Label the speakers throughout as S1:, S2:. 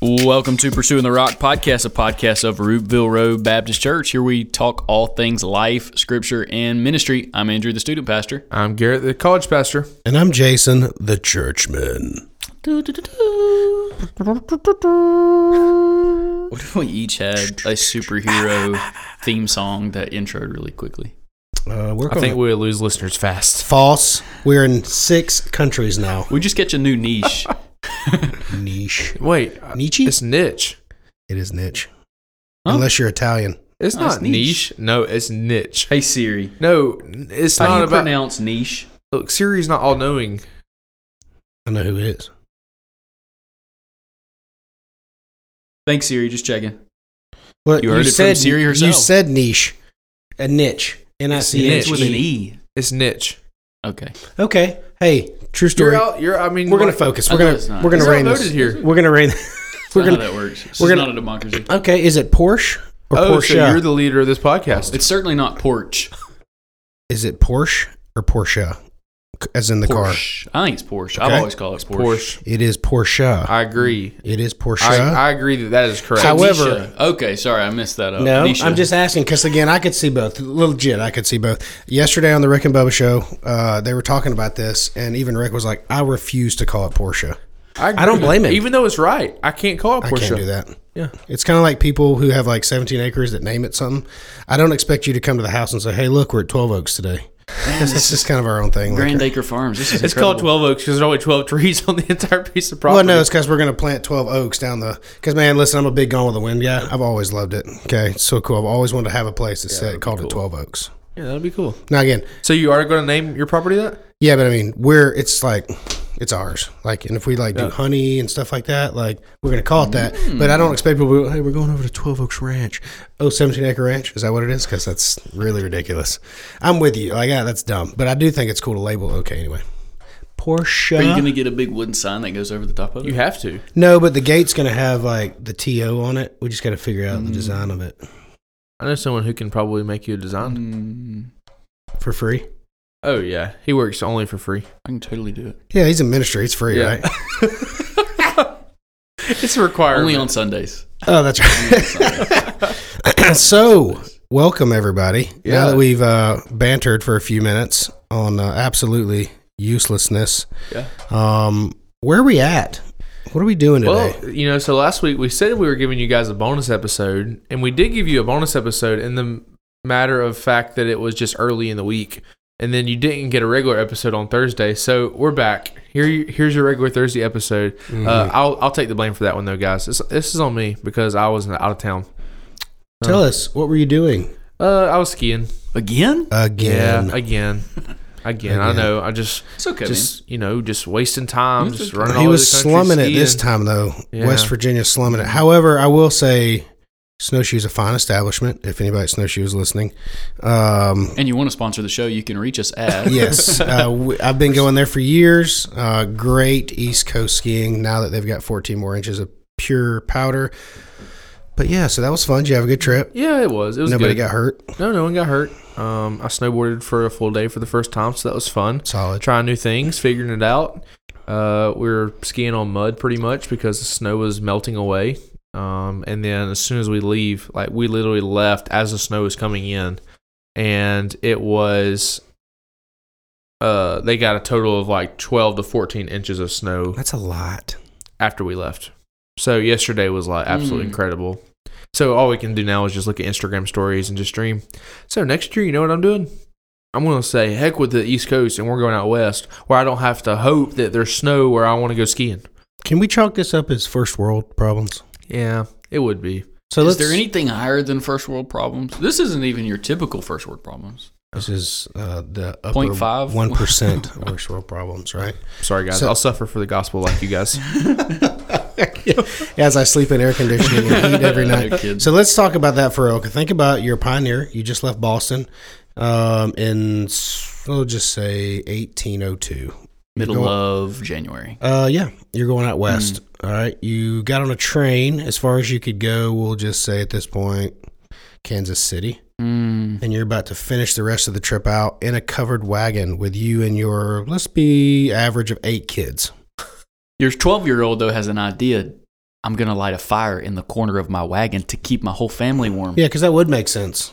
S1: Welcome to Pursuing the Rock podcast, a podcast of Rootville Road Baptist Church. Here we talk all things life, scripture, and ministry. I'm Andrew, the student pastor.
S2: I'm Garrett, the college pastor.
S3: And I'm Jason, the churchman.
S1: What if we each had a superhero theme song that introed really quickly?
S3: Uh, we're
S2: I
S3: gonna-
S2: think we'll lose listeners fast.
S3: false. We're in six countries now.
S1: We just catch a new niche.
S3: Niche.
S2: Wait,
S3: Nietzsche?
S2: it's niche.
S3: It is niche.
S1: Huh?
S3: Unless you're Italian.
S2: It's
S1: No,
S2: not
S1: it's niche.
S2: niche. No, it's niche.
S1: hey Siri,
S2: No, it's
S1: how do
S2: not
S1: you
S2: about.
S1: pronounce niche?
S2: Look, Siri's not all knowing.
S3: I know who it is.
S1: Thanks Siri, just checking.
S3: Well,
S1: You heard it from Siri
S3: You
S1: herself.
S3: said niche. A niche. N I C
S1: It's
S2: Niche.
S3: H.
S1: with an E.
S2: It's niche.
S1: Okay.
S3: Okay. Hey, true
S2: You're
S3: story.
S2: out. You're. I mean,
S3: We're gonna
S2: like-
S3: focus.
S1: I
S3: We're
S1: know
S3: gonna
S1: it's not.
S3: we're gonna
S2: It's
S3: rein
S2: outvoted
S3: this.
S2: here.
S3: We're gonna rein. we're
S1: We're
S3: gonna.
S1: how that works. This
S3: we're
S1: is
S3: gonna-
S1: not a democracy.
S3: Okay. Is it Porsche or
S2: Oh,
S3: Porsche?
S2: so you're the leader of this podcast.
S1: It's certainly not porch.
S3: is it Porsche or Porsche? C- As in the car.
S1: Porsche. I think it's Porsche. I've
S3: Okay.
S1: always called it Porsche.
S2: Porsche.
S3: It is Porsche.
S2: I agree.
S3: It is Porsche.
S2: I, I agree that that is correct.
S3: How- However-
S1: Nisha. okay, sorry, I missed that up.
S3: No,
S1: Nisha.
S3: I'm just asking because again, I could see both. Legit, I could see both. Yesterday on the Rick and Bubba show, uh, they were talking about this, and even Rick was like, "I refuse to call it Porsche.
S2: agree.
S3: I don't blame him.
S2: Even though it's right, I can't call it
S3: I
S2: Porsche.
S3: can't do that."
S2: Yeah.
S3: It's kind of like people who have like 17 acres that name it something. I don't expect you to come to the house and say, "Hey, look, we're at 12 Oaks today." this is kind of our own thing. Like,
S1: Grand Acre Farms. This is
S2: It's
S1: incredible.
S2: called Twelve Oaks because there's only twelve trees on the entire piece of property.
S3: well, no, it's because we're going to plant 12 oaks down the. Because, man, listen, I'm a big Gone with the Wind guy. I've always loved it. Okay. It's so cool. I've always wanted to have a place that said, called it 12 oaks.
S2: yeah, that'd be cool.
S3: Now, again,
S2: So you are going to name your property that?
S3: Yeah, but I mean, we're it's like it's ours. Like, and if we like do honey and stuff like that, like we're gonna call it that. But I don't expect people. to go, Hey, we're going over to Twelve Oaks Ranch. Oh, 17 acre ranch. Is that what it is? Because that's really ridiculous. I'm with you. Like, yeah, that's dumb. But I do think it's cool to label. Okay,
S1: Are
S3: anyway.
S1: you
S3: Porsche.
S1: going to get a big wooden sign that goes over the top of it?
S2: You have to.
S3: no, but the gate's gonna have like the to on it. We just gotta figure out the design of it
S2: I know someone who can probably make you a design.
S1: Mm,
S3: for free.
S2: Oh yeah, he works only for free.
S1: I can totally do it.
S3: Yeah, he's in ministry. It's free, right?
S2: It's a requirement.
S1: Only on Sundays.
S3: Oh, that's right. so, welcome everybody.
S2: Yeah.
S3: Now that we've uh, bantered for a few minutes on uh, absolutely uselessness,
S2: Yeah.
S3: um, where are we at? What are we doing today?
S2: Well, you know, so last week we said we were giving you guys a bonus episode, and we did give you a bonus episode in the matter of fact that it was just early in the week, and then you didn't get a regular episode on Thursday. So we're back. Here, you, here's your regular Thursday episode. Uh, I'll I'll take the blame for that one though, guys. It's, this is on me because I was out of town.
S3: Tell us what were you doing
S2: Uh, I was skiing.
S1: Again?
S3: again?
S2: Yeah, again. Again, I
S3: Again.
S2: know. I just,
S1: It's okay,
S2: just you know, just wasting time,
S1: It's
S2: just
S1: okay.
S2: running. all
S3: he
S2: over
S3: was
S2: the country
S3: slumming it this
S2: skiing.
S3: time though.
S2: Yeah.
S3: West Virginia slumming it. However, I will say. Snowshoe's a fine establishment. If anybody at Snowshoe is listening, um,
S1: man. And you want to sponsor the show, you can reach us at.
S3: yes, uh, w I've been going there for years. Uh, great East Coast skiing now that they've got 14 more inches of pure powder. But yeah, so that was fun. Did you have a good trip?
S2: Yeah, it was. It was
S3: Nobody
S2: good.
S3: got hurt.
S2: No, no one got hurt. Um, I snowboarded for a full day for the first time, so that was fun.
S3: Solid.
S2: Trying new things, figuring it out. Uh, we were skiing on mud pretty much because the snow was melting away. Um, and then as soon as we leave, like we literally left as the snow was coming in, and it was. Uh, they got a total of like twelve to fourteen inches of snow
S3: That's a lot.
S2: after we left. So yesterday was like absolutely
S1: Mm.
S2: incredible. So all we can do now is just look at Instagram stories and just stream. So next year, you know what I'm doing? I'm gonna say heck with the East Coast, and we're going out west, where I don't have to hope that there's snow where I want to go skiing.
S3: Can we chalk this up as first world problems?
S2: Yeah, it would be.
S3: So
S1: is
S3: let's.
S1: there anything higher than first world problems? This isn't even your typical first world problems.
S3: This is uh, the upper
S1: Point five?
S3: one percent first world problems, right?
S2: Sorry guys,
S3: So-
S2: I'll suffer for the gospel like you guys.
S3: As I sleep in air conditioning and heat every night.
S1: No kidding.
S3: So let's talk about that for a okay. Think about you're a pioneer. You just left Boston um, in, s- we'll just say 1802.
S1: Middle
S3: Go-
S1: of January.
S3: Uh, yeah, you're going out west. All right. You got on a train as far as you could go. We'll just say at this point, Kansas City.
S1: Mm,
S3: And you're about to finish the rest of the trip out in a covered wagon with you and your, let's be average of eight kids.
S1: your 12 year old, though, has an idea I'm going to light a fire in the corner of my wagon to keep my whole family warm
S3: Yeah, because that would make sense.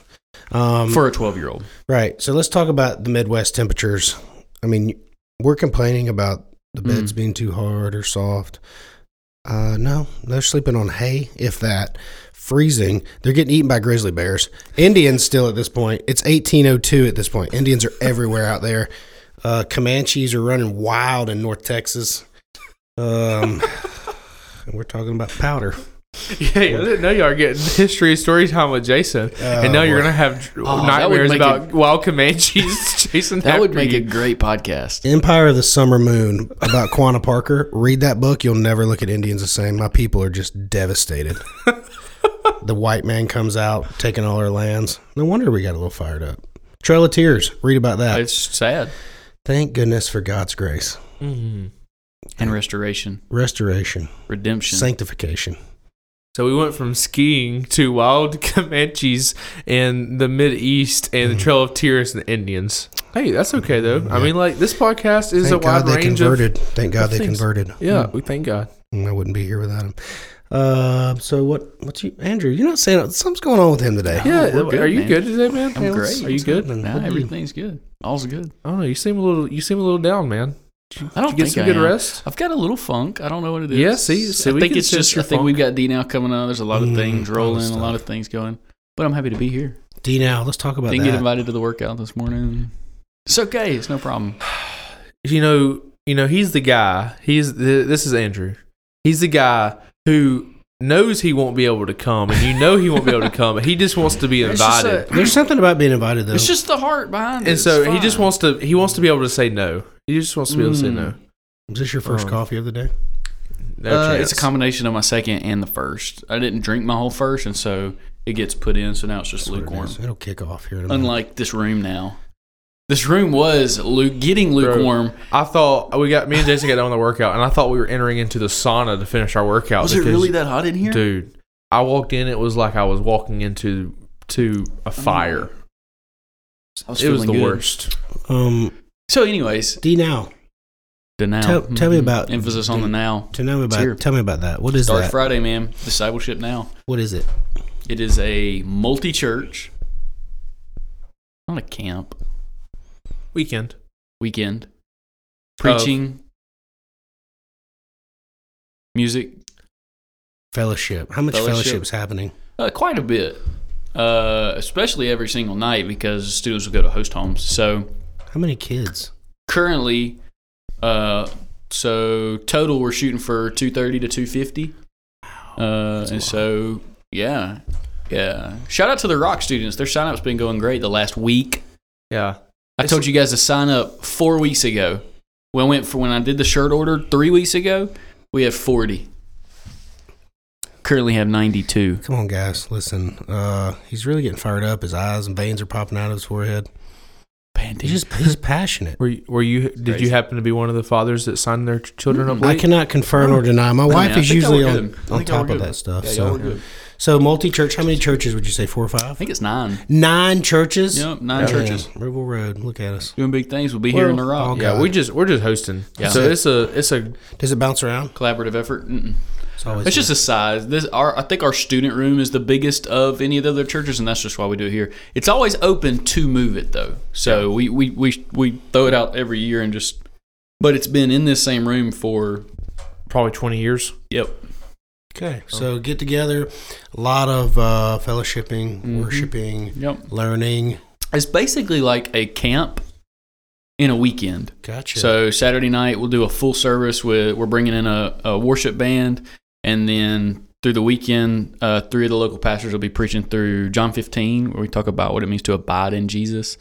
S3: Um,
S1: for a 12 year old.
S3: right. So let's talk about the Midwest temperatures. I mean, we're complaining about the beds being too hard or soft. Uh, no, they're sleeping on hay, if that. Freezing. They're getting eaten by grizzly bears. Indians still at this point. It's 1802 at this point. Indians are everywhere out there. Uh, Comanches are running wild in North Texas. Um, and we're talking about powder.
S2: Hey, I didn't know y'all were getting history story time with Jason, and now you're gonna have dr-
S1: Oh, that would
S2: nightmares
S1: make
S2: about wild Comanches chasing.
S1: That would
S2: after
S1: make
S2: you.
S1: a great podcast.
S3: Empire of the Summer Moon about Quanah Parker. Read that book. You'll never look at Indians the same. My people are just devastated. the white man comes out, taking all our lands. No wonder we got a little fired up. Trail of Tears. Read about that.
S1: It's sad.
S3: Thank goodness for God's grace.
S2: Mhm.
S1: And restoration,
S3: Restoration,
S1: redemption.
S3: sanctification.
S2: So we went from skiing to wild Comanches in the Mid East and the Trail of Tears and the Indians. Mm. Hey, that's okay though. I mean, like this podcast is
S3: Thank
S2: a wide
S3: God they
S2: range
S3: converted. Thank God
S2: of
S3: they
S2: things.
S3: converted.
S2: of. Yeah, we thank God.
S3: Mm, I wouldn't be here without him. Uh, so what? What's you, Andrew? You're not saying something's going on with him today.
S2: Yeah,
S1: we're good,
S2: are you
S1: man.
S2: good today, man?
S1: I'm
S2: Hey, let's-
S1: great.
S2: Are you good?
S3: Something.
S1: Nah,
S3: What do you-
S1: everything's good. All's good.
S2: I don't know. You seem a little. You seem a little down, man.
S1: I don't
S2: Did you get
S1: think
S2: some
S1: I
S2: good
S1: am.
S2: rest?
S1: I've got a little funk. I don't know what it is.
S2: Yeah, see- see,
S1: I
S2: we
S1: think
S2: can
S1: it's just.
S2: sense your
S1: I think
S2: funk.
S1: we've got D now coming on. There's a lot of
S3: Mm,
S1: things
S3: all the
S1: rolling, a lot
S3: stuff.
S1: of things going. But I'm happy to be here.
S3: D now, let's talk about
S1: Didn't get
S3: that.
S1: invited to the workout this morning. It's okay. It's no problem.
S2: you know, you know, he's the guy. He's th this is Andrew. He's the guy who knows he won't be able to come, and you know he won't be able to come. He just wants to be
S1: It's just,
S2: invited,
S1: a-
S3: There's something about being invited though.
S1: it's just the heart behind it.
S2: and so
S1: It's
S2: he just
S1: fine.
S2: wants to. He wants to be able to say no. He just wants to be able to say
S1: Mm.
S2: no.
S3: Is this your first
S2: Oh.
S3: coffee of the day?
S2: No
S1: Uh,
S2: chance.
S1: it's a combination of my second and the first. I didn't drink my whole first, and so it gets put in. So now it's just
S3: That's what it
S1: lukewarm.
S3: is. It'll kick off here in a minute.
S1: Unlike this room now, this room was lu- getting lukewarm.
S2: I thought we got me and Jason got done with the workout, and I thought we were entering into the sauna to finish our workout.
S1: Was it
S2: because-
S1: really that hot in here?
S2: dude? I walked in. It was like I was walking into to a
S1: Oh
S2: fire.
S1: I was
S2: it was the
S1: Mm. feeling good.
S2: worst.
S3: Um,
S1: So, anyways,
S3: D now
S1: the now.
S3: Tell- tell me
S2: Mm-hmm.
S1: Mhm.
S3: about
S1: emphasis on
S3: the-
S1: the now.
S3: to know
S1: It's here.
S3: about. Tell me about that. What is
S1: Dark
S3: that?
S1: Friday, man. Discipleship now.
S3: what is it?
S1: It is a multi-church, not a camp
S2: Weekend.
S1: weekend, preaching, music,
S3: Fellowship. How much
S1: Fellowship.
S3: fellowship's happening?
S1: Uh, quite a bit, uh, especially every single night because students will go to host homes. So
S3: How many kids?
S1: currently, uh, so total we're shooting for two thirty to two fifty, uh, and so yeah, yeah. Shout out to the Rock students. Their sign up's been going great the last week.
S2: Yeah.
S1: I
S2: It's-
S1: told you guys to sign up four weeks ago. When I went for when I did the shirt order three weeks ago, we have forty. Currently have ninety two.
S3: Come on, guys. Listen. Uh, he's really getting fired up. His eyes and veins are popping out of his forehead. He's just he's passionate.
S2: Were you, were you did
S1: Crazy.
S2: you happen to be one of the fathers that signed their ch- children up?
S1: Mm,
S3: I
S2: late?
S3: cannot confirm or deny. My
S1: mean,
S3: wife
S1: I
S3: is
S1: think y'all
S3: usually
S1: were
S3: on,
S1: good. I
S3: on
S1: think y'all
S3: top
S1: were
S3: of
S1: good.
S3: that stuff.
S1: Yeah, y'all were
S3: so,
S1: good.
S3: so multi church. How many churches would you say? Four or
S1: I
S3: five?
S1: think it's nine.
S3: Nine churches.
S1: Yep, nine churches.
S3: Man, River Road. Look at us.
S1: Doing big things. We'll be here in the
S3: Well,
S1: rock.
S3: okay.
S2: yeah, we just we're just hosting.
S1: Yeah.
S2: So it's a it's a
S3: Does it bounce around?
S1: Collaborative effort. Mm-mm.
S3: It's always.
S1: It's just the size. This our I think our student room is the biggest of any of the other churches, and that's just why we do it here. It's always open to move it though, so we, we we we throw it out every year and just. But it's been in this same room for
S2: probably 20 years.
S1: yep.
S3: Okay, so get together, a lot of uh, fellowshipping, worshiping,
S1: Yep.
S3: learning.
S1: It's basically like a camp in a weekend.
S3: Gotcha.
S1: So Saturday night we'll do a full service with we're bringing in a, a worship band, and then through the weekend, uh, three of the local pastors will be preaching through John 15, where we talk about what it means to abide in Jesus.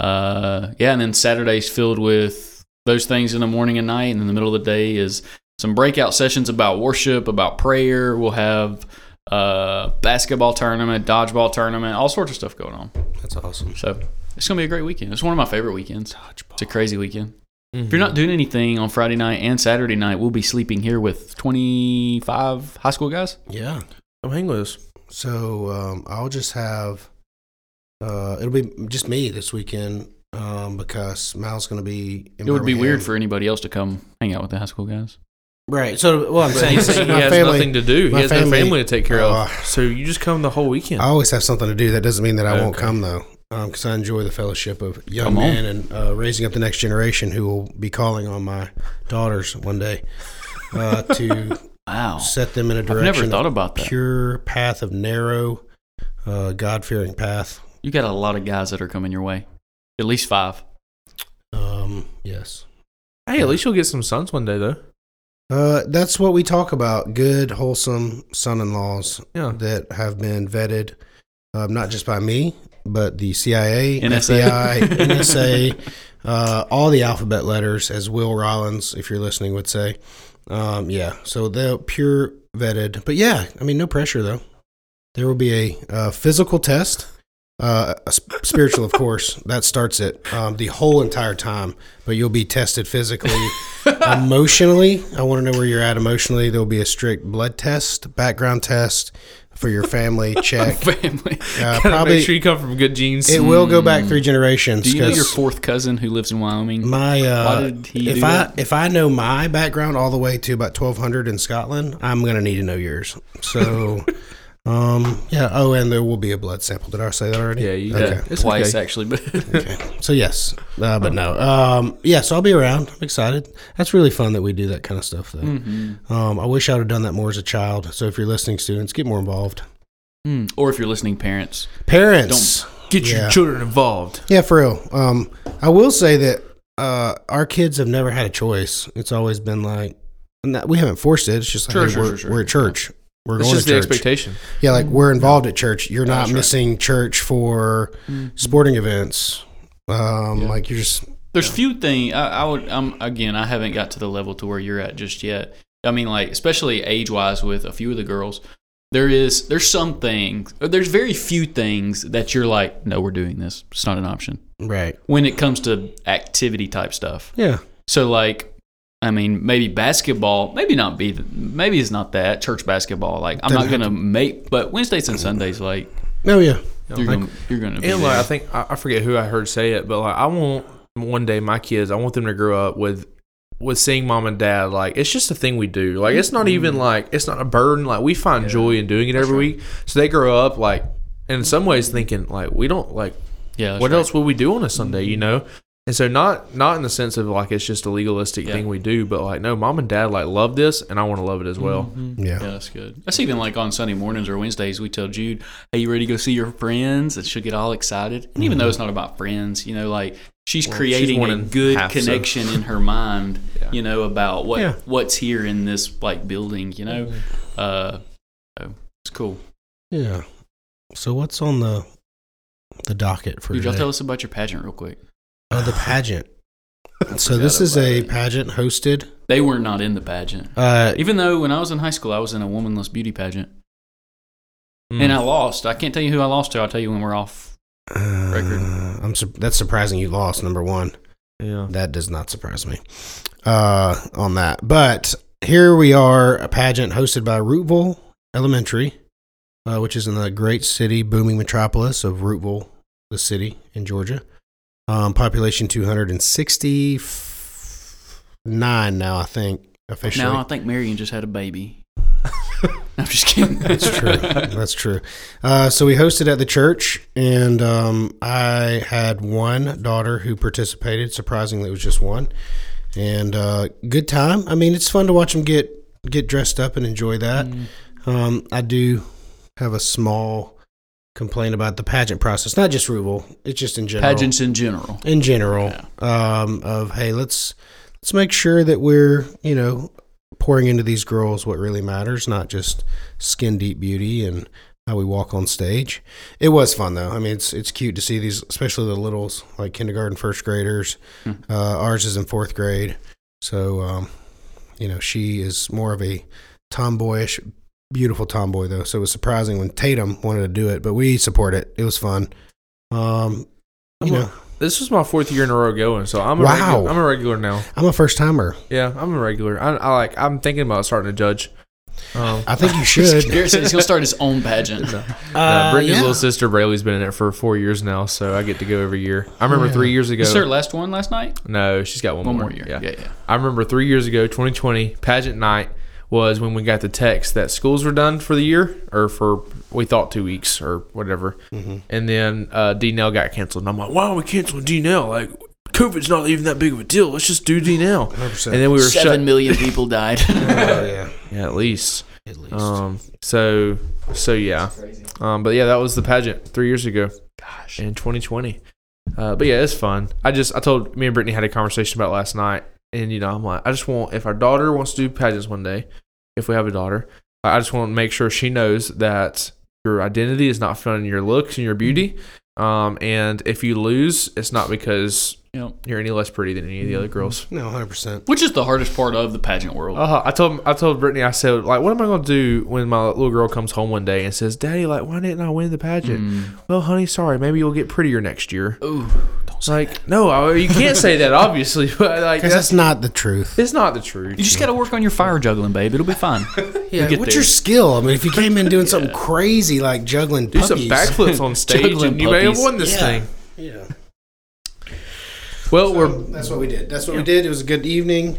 S1: Uh, yeah, and then Saturday's filled with those things in the morning and night, and in the middle of the day is some breakout sessions about worship, about prayer. We'll have uh, basketball tournament, dodgeball tournament, all sorts of stuff going on.
S3: that's awesome.
S1: So it's gonna be a great weekend. It's one of my favorite weekends. It's a crazy weekend. If you're
S2: Mhm.
S1: not doing anything on Friday night and Saturday night, we'll be sleeping here with 25 high school guys.
S3: Yeah.
S2: I'm hanging with us.
S3: So um, I'll just have. Uh, it'll be just me this weekend um, because Mal's going to be. In
S1: It would be
S3: Birmingham.
S1: weird for anybody else to come hang out with the high school guys.
S3: Right. So, well, I'm
S2: But
S3: saying
S2: he's saying he
S3: my
S2: has
S3: family-
S2: nothing to do. He
S3: my
S2: has no
S3: family- Ah.
S2: family to take care
S3: Ugh.
S2: of. So you just come the whole weekend.
S3: I always have something to do. That doesn't mean that I won't
S2: Okay.
S3: come though, because I enjoy the fellowship of young
S1: Come on.
S3: men and uh, raising up the next generation who will be calling on my daughters one day uh, to
S1: Wow.
S3: set them in a
S1: I've never
S3: direction,
S1: thought
S3: a
S1: about that.
S3: pure path of narrow, uh, God fearing path.
S1: You got a lot of guys that are coming your way. At least five.
S3: Um, yes,
S2: Hey, at least you'll get some sons one day, though.
S3: uh, that's what we talk about: good, wholesome son-in-laws
S2: Yeah.
S3: that have been vetted, um, not just by me, but the CIA,
S1: NSA.
S3: FBI, NSA, uh, all the alphabet letters, as Will Rollins, if you're listening, would say. Um, yeah, so they're pure vetted. But yeah, I mean, no pressure, though. There will be a uh, physical test. Uh, a sp- spiritual, of course, that starts it um, the whole entire time. But you'll be tested physically, emotionally. I want to know where you're at emotionally. There will be a strict blood test, background test for your family check.
S1: Family.
S3: Uh,
S2: Gotta
S3: probably
S2: make sure you come from good genes.
S3: it will go back three generations.
S1: Do you know your
S3: 'cause
S1: fourth cousin who lives in Wyoming?
S3: my uh,
S1: Why did he
S3: if
S1: do
S3: I
S1: that?
S3: if I know my background all the way to about twelve hundred in Scotland, I'm gonna need to know yours. So, um, yeah. Oh, and there will be a blood sample. Did I say that already?
S2: yeah, you
S3: Okay.
S2: yeah, it's
S1: Twice
S2: okay.
S1: actually, but
S3: So yes, uh, but no. Um, yeah. So I'll be around. I'm excited. That's really fun that we do that kind of stuff. Though.
S1: Mm. Mm-hmm.
S3: Um, I wish I would have done that more as a child. So if you're listening, students, get more involved.
S1: Hmm. or if you're listening, parents.
S3: Parents.
S2: Get your
S3: Yeah.
S2: children involved.
S3: Yeah, for real. Um, I will say that uh, our kids have never had a choice. It's always been like not, we haven't forced it. It's just like
S1: Sure,
S3: hey,
S1: sure,
S3: we're,
S1: sure, sure.
S3: we're at church. We're
S2: It's
S3: going
S2: just
S3: to
S2: the
S3: church.
S2: expectation.
S3: yeah, like we're involved at church. You're not
S1: That's right. Mm-hmm.
S3: missing church for sporting events. Um, Like you're just
S1: There's few things I, I would. Um, again, I haven't got to the level to where you're at just yet. I mean, like especially age wise with a few of the girls, there is there's some things. or There's very few things that you're like, no, we're doing this. It's not an option
S3: right.
S1: when it comes to activity type stuff.
S3: Yeah,
S1: So like, I mean, maybe basketball, maybe not be, maybe it's not that church basketball. Like, I'm not
S3: Doesn't
S1: gonna
S3: have
S1: make, but Wednesdays and Sundays, like,
S3: no, yeah.
S1: you're gonna, you're gonna. Be
S2: And like I
S1: there.
S2: think I, I forget who I heard say it, but like I want one day my kids, I want them to grow up with with seeing mom and dad. Like it's just a thing we do. Like it's not
S3: Mm.
S2: even like it's not a burden. Like we find joy in doing it every week. So they grow up like in some ways thinking like we don't like
S1: Yeah. that's
S2: what
S1: right.
S2: else would we do on a Sunday, you know? And so not not in the sense of like it's just a legalistic
S1: Yeah.
S2: thing we do, but like no, mom and dad like love this and I want to love it as well.
S3: Yeah.
S1: Yeah, that's good. That's even like on Sunday mornings or Wednesdays, we tell Jude, "Hey, you ready to go see your friends?" And she'll get all excited. And even though it's not about friends, you know, like she's
S2: Mm-hmm. Well, she's
S1: creating
S2: one
S1: a
S2: and
S1: good
S2: half, so.
S1: connection in her mind,
S2: Yeah.
S1: you know, about what
S2: Yeah. Mm-hmm.
S1: what's here in this like building, you know. Uh, so it's cool.
S3: yeah. So what's on the the docket for
S1: Dude, y'all
S3: today?
S1: tell us about your pageant real quick.
S3: Oh, the pageant. so
S2: forgot
S3: this is
S2: about
S3: a
S2: it.
S3: pageant hosted.
S1: They were not in the pageant,
S3: Uh,
S1: even though when I was in high school, I was in a womanless beauty pageant,
S2: Mm.
S1: and I lost. I can't tell you who I lost to. I'll tell you when we're off. Record.
S3: uh, I'm sur- that's surprising. You lost number one.
S2: yeah.
S3: That does not surprise me uh, on that. But here we are, a pageant hosted by Rootville Elementary, uh, which is in the great city, booming metropolis of Rootville, the city in Georgia. Um, population 269 now, I think, officially.
S1: Now I think Marion just had a baby. I'm just kidding.
S3: That's true. That's true. Uh, so we hosted at the church, and um, I had one daughter who participated. Surprisingly, it was just one, and uh, good time. I mean, it's fun to watch them get get dressed up and enjoy that. Um, I do have a small complaint about the pageant process, not just Ruble. It's just in general
S1: Pageants in general.
S3: in general um, of hey let's let's make sure that we're you know pouring into these girls what really matters not just skin deep beauty and how we walk on stage it was fun though i mean it's it's cute to see these especially the littles like kindergarten first graders
S1: Hmm.
S3: uh, ours is in fourth grade so um, you know she is more of a tomboyish beautiful tomboy though so it was surprising when tatum wanted to do it but we support it it was fun um, you
S2: I'm a-
S3: know
S2: This was my fourth year in a row going, so I'm a
S3: Wow.
S2: regu- I'm a regular now.
S3: i'm a first timer
S2: Yeah, I'm a regular. I, I like. I'm thinking about starting to judge. Um,
S3: I think you should.
S1: Garrett said he's gonna start his own pageant.
S2: no, uh, Brittany's
S3: yeah.
S2: little sister Braylee's been in it for four years now, so I get to go every year. I remember three years ago.
S1: Is her last one last night?
S2: No, she's got one,
S1: One
S2: more,
S1: more year. Yeah, yeah.
S2: I remember three years ago, 2020 pageant night was when we got the text that schools were done for the year or for we thought two weeks or whatever, and then uh, D Nell got canceled. And I'm like, why are we canceling D Nell? Like, COVID's not even that big of a deal. Let's just do D Nell. And then we were shut.
S1: Seven million people died.
S3: Oh, yeah.
S2: Yeah, at least.
S3: At least.
S2: Um. So. So yeah. Um. But yeah, that was the pageant three years ago. Gosh. In 2020. Uh. But yeah, it's fun. I just I told me and Brittany had a conversation about it last night, and you know I'm like I just want if our daughter wants to do pageants one day, if we have a daughter, I I just want to make sure she knows that your identity is not found in your looks and your beauty. Um. And if you lose, it's not because
S1: Yep.
S2: you're any less pretty than any of the
S3: Mm-hmm.
S2: other girls.
S3: no, 100%.
S1: Which is the hardest part of the pageant world.
S2: Uh, I told I told Brittany I said like what am I gonna do when my little girl comes home one day and says Daddy like why didn't I win the pageant?
S1: Hmm.
S2: Well honey sorry maybe you'll get prettier next year.
S1: Ooh,
S2: It's like no I, you can't say that obviously but like
S3: Because
S2: that's
S3: that's not the truth.
S2: it's not the truth.
S1: you just got to work on your fire juggling, babe. It'll be fine.
S3: Yeah,
S1: get
S3: what's
S1: there.
S3: your skill? I mean, if you came in doing something crazy like juggling
S2: do some
S3: puppies,
S2: backflips on stage
S1: Juggling
S2: and you may have
S1: puppies.
S2: won this
S3: Yeah.
S2: thing.
S3: Yeah,
S2: Well
S3: So
S2: we're Oh,
S3: that's what we did. That's what we did. It was a good evening.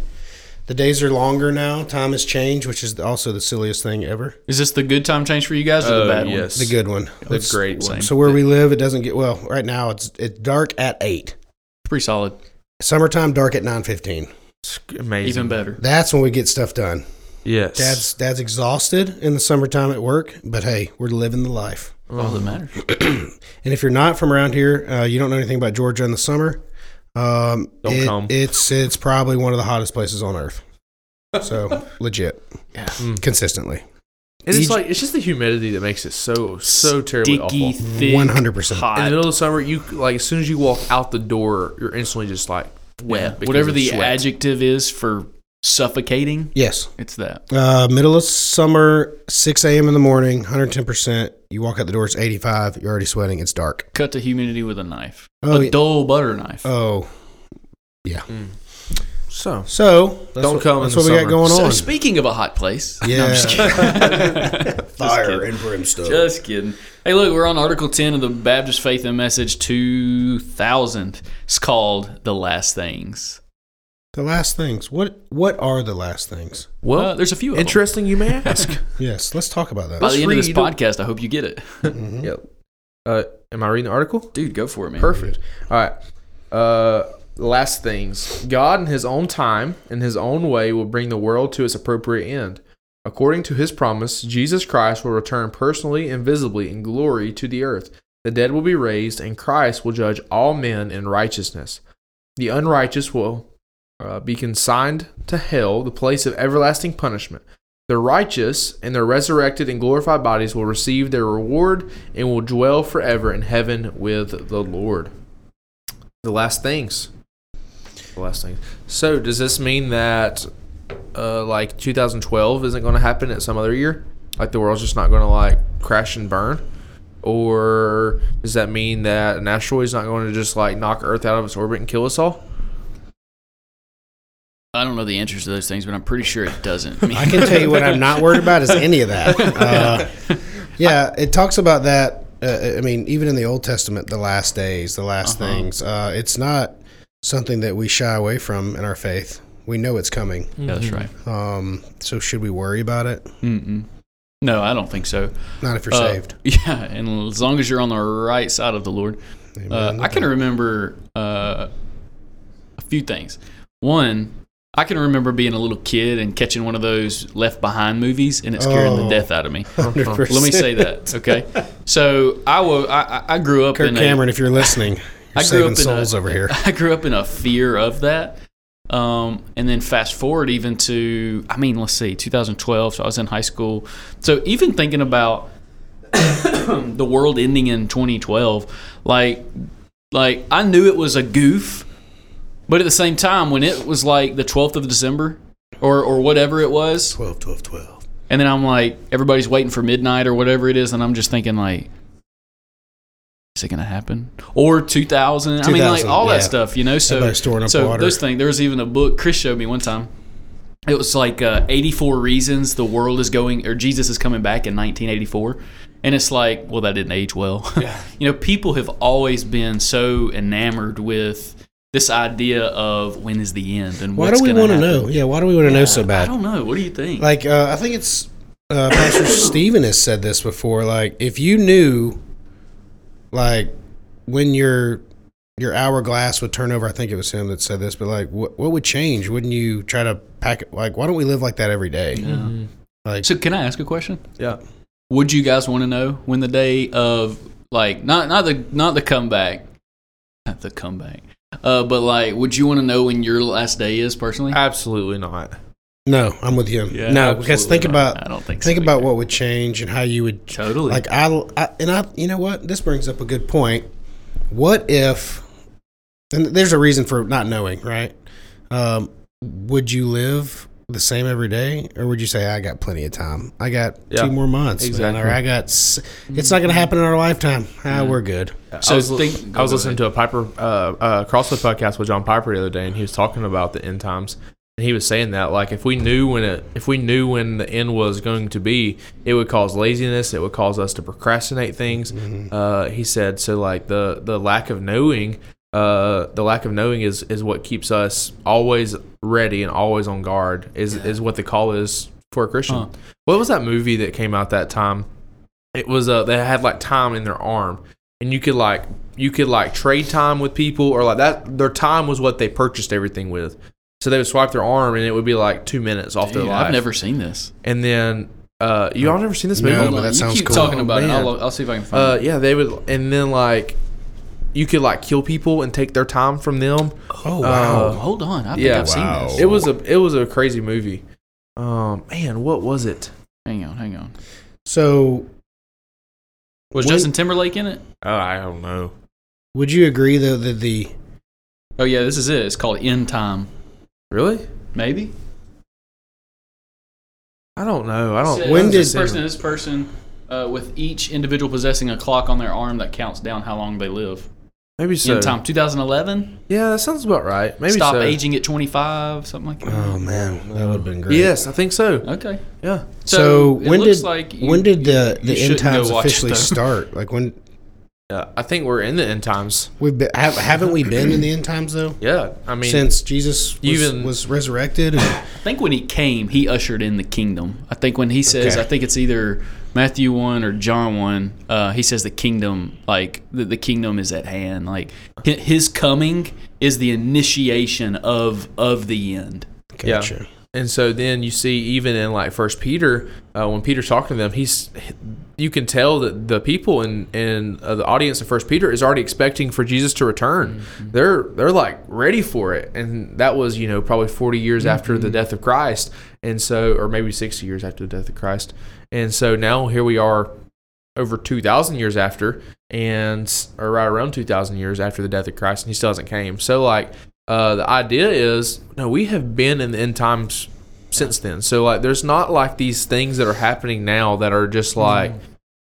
S3: The days are longer now. Time has changed, which is also the silliest thing ever.
S1: Is this the good time change for you guys or the
S2: Oh,
S1: bad
S2: yes.
S3: The good one.
S2: the
S3: It's-
S2: great
S1: one?
S2: one.
S1: Same.
S3: So where we live, it doesn't get well. Right now, it's it's dark at eight.
S1: Pretty solid.
S3: Summertime, dark at nine fifteen.
S2: It's amazing.
S1: Even better.
S3: That's when we get stuff done.
S2: Yes.
S3: Dad's dad's exhausted in the summertime at work, but hey, we're living the life.
S2: Oh.
S1: All that matters.
S3: And if you're not from around here, uh, you don't know anything about Georgia in the summer. Um,
S2: Don't
S3: it-
S2: come.
S3: It's it's probably one of the hottest places on earth. So legit, yeah, consistently,
S2: And it's
S3: Egypt-
S2: like it's just the humidity that makes it so so terribly
S1: Sticky,
S2: awful.
S1: thick,
S3: one hundred percent.
S2: In the
S1: hot.
S2: middle of the summer, you like as soon as you walk out the door, you're instantly just like
S1: Yeah.
S2: wet. because
S1: Whatever
S2: of
S1: the
S2: sweat.
S1: adjective is for suffocating,
S3: Yes,
S1: it's that.
S3: uh, middle of summer, six a.m. in the morning, one hundred ten percent. You walk out the door, it's eighty-five. You're already sweating. It's dark.
S1: Cut the humidity with a knife.
S3: Oh,
S1: a
S3: yeah.
S1: dull butter knife.
S3: Oh,
S2: So
S3: so that's
S2: Don't
S3: what,
S2: come in
S3: That's
S2: the
S3: what we
S2: summer.
S3: got going
S1: so
S3: on.
S1: speaking of a hot place,
S3: yeah,
S1: No, I'm just kidding. Just kidding.
S3: and brimstone.
S1: Just kidding. Hey, look, we're on Article 10 of the Baptist Faith and Message 2000. It's called The Last Things.
S3: the last things. What what are the last things?
S2: well,
S1: Uh, there's a few of them.
S2: interesting. You may ask.
S3: Yes, let's talk about that.
S1: By the end of this
S2: read 'em.
S1: podcast, I hope you get it.
S2: Mm-hmm. yep. Uh, am I reading the article?
S1: Dude, go for it, man.
S2: Perfect. All right. Uh, last things. God, in His own time, in His own way, will bring the world to its appropriate end. According to His promise, Jesus Christ will return personally and visibly in glory to the earth. The dead will be raised, and Christ will judge all men in righteousness. The unrighteous will uh, be consigned to hell, the place of everlasting punishment. The righteous and their resurrected and glorified bodies will receive their reward and will dwell forever in heaven with the Lord. The last things. The last things. So, does this mean that, uh, like 2012 isn't going to happen at some other year? Like the world's just not going to like crash and burn, or does that mean that an asteroid's not going to just like knock Earth out of its orbit and kill us all?
S1: I don't know the answers to those things, but I'm pretty sure it doesn't.
S3: I can tell you what I'm not worried about is any of that. Uh, yeah, it talks about that. Uh, I mean, even in the Old Testament, the last days, the last
S1: Uh-huh.
S3: things. Uh, it's not something that we shy away from in our faith. We know it's coming.
S1: Yeah, that's right.
S3: Um, so should we worry about it?
S1: Mm-mm. No, I don't think so.
S3: Not if you're
S1: Uh,
S3: saved.
S1: Yeah, and as long as you're on the right side of the Lord. Uh,
S3: Amen.
S1: I can remember uh, a few things. One, I can remember being a little kid and catching one of those Left Behind movies, and it scaring the
S3: Oh.
S1: death out of me.
S3: 100%.
S1: Let me say that, okay? So I wa- I- I- I grew up
S3: Kirk
S1: in
S3: Cameron, if you're listening,
S1: I
S3: you're
S1: grew up in
S3: saving souls
S1: a-
S3: over here.
S1: a. I grew up in a fear of that. Um, and then fast forward even to, I mean, let's see, 2012. So I was in high school. So even thinking about the world ending in 2012, like, like I knew it was a goof, but at the same time, when it was like the 12th of December or or whatever it was,
S3: 12, 12, 12.
S1: and then I'm like, everybody's waiting for midnight or whatever it is, and I'm just thinking like, is it gonna happen? Or 2000? I mean, like
S3: 2000,
S1: all
S3: yeah.
S1: that stuff, you know. So
S3: Everybody's storing up
S1: so
S3: water.
S1: those things. There was even a book Chris showed me one time. it was like uh, 84 reasons the world is going or jesus is coming back in 1984 and it's like well that didn't age well you know people have always been so enamored with this idea of when is the end and
S3: Why
S1: what's
S3: do we
S1: going
S3: want
S1: to
S3: to know? Yeah, why do we want to know so
S1: i
S3: bad?
S1: don't know what do you think
S3: like uh, I think it's uh, Pastor Stephen has said this before. Like if you knew, like when your your hourglass would turn over, I think it was him that said this. But like, what what would change? Wouldn't you try to pack it? Like, why don't we live like that every day? Like,
S1: so can i ask a question
S2: Yeah.
S1: would you guys want to know when the day of like not not the not the comeback not the comeback uh, but like would you want to know when your last day is personally
S2: Absolutely not.
S3: no, I'm with you.
S1: Yeah,
S3: no, because
S1: absolutely
S3: think
S1: not.
S3: about
S1: I don't think
S3: think
S1: so
S3: about
S1: either.
S3: what would change and how you would
S1: totally
S3: like I, I and I you know what this brings up a good point what if and there's a reason for not knowing right um, would you live the same every day or would you say I got plenty of time I got
S2: Yeah,
S3: two more months man,"
S2: exactly.
S3: or I got s- it's not gonna happen in our lifetime
S1: Mm-hmm.
S3: ah, we're good
S1: So
S2: I was,
S1: think-
S2: I was listening to a Piper uh, uh, CrossFit podcast with John Piper the other day, and he was talking about the end times. And he was saying that like if we knew when it if we knew when the end was going to be, it would cause laziness. It would cause us to procrastinate things. Uh, he said so like the the lack of knowing. Uh, the lack of knowing is, is what keeps us always ready and always on guard. Is is what the call is for a Christian.
S1: Huh.
S2: What was that movie that came out that time? it was uh they had like time in their arm and you could like you could like trade time with people or like that their time was what they purchased everything with so they would swipe their arm and it would be like two minutes off their
S1: Dude,
S2: life
S1: I've never seen this.
S2: and then uh you all never seen this movie
S3: No, Oh, but that
S1: you
S3: sounds
S1: keep
S3: cool.
S1: talking about
S2: Oh,
S1: it.
S2: man.
S1: I'll, I'll see if I can find
S2: uh
S1: it.
S2: yeah they would and then like you could like kill people and take their time from them
S3: oh wow
S1: Oh, hold on. I think
S2: yeah.
S1: I've
S3: Wow.
S1: seen
S2: it
S1: this.
S2: was a it was a crazy movie um man what was it
S1: Hang on, hang on.
S3: so
S1: Was
S3: Wait.
S1: Justin Timberlake in it?
S2: oh i don't know
S3: would you agree though that the
S1: Oh yeah, this is it. It's called End Time.
S2: really
S1: Maybe.
S2: i don't know i don't
S3: Oh, When
S1: this
S3: did-
S1: person and this person uh, with each individual possessing a clock on their arm that counts down how long they live?
S2: maybe so
S1: End Time 2011.
S2: yeah that sounds about right maybe
S1: Stop
S2: so.
S1: aging at 25, something like that.
S3: oh man that would have been great
S2: Yes, I think so.
S1: Okay.
S2: Yeah.
S1: So,
S3: so,
S1: it
S3: when
S1: looks
S3: did
S1: like you-
S3: when did the
S1: you
S3: the end
S1: shouldn't go
S3: times
S1: watch it,
S3: officially
S1: though.
S3: start like when
S2: Yeah, I think we're in the end times.
S3: we've been, have, haven't we been in the end times though
S2: Yeah. I mean,
S3: since Jesus was,
S2: even-
S3: was resurrected. And,
S1: I think when he came, he ushered in the kingdom. I think when he says,
S3: Okay.
S1: I think it's either Matthew one or John one. Uh, he says the kingdom, like the, the kingdom is at hand. Like hi- his coming is the initiation of of the end.
S2: yeah.
S3: Gotcha.
S2: And so then you see, even in like First Peter, uh, when Peter's talking to them, he's you can tell that the people in in uh, the audience of First Peter is already expecting for Jesus to return. They're they're like ready for it, and that was you know probably forty years after the death of Christ, and so or maybe sixty years after the death of Christ, and so now here we are over 2000 years after and or right around 2000 years after the death of christ and he still hasn't came so like uh, the idea is no we have been in the end times since then so like there's not like these things that are happening now that are just like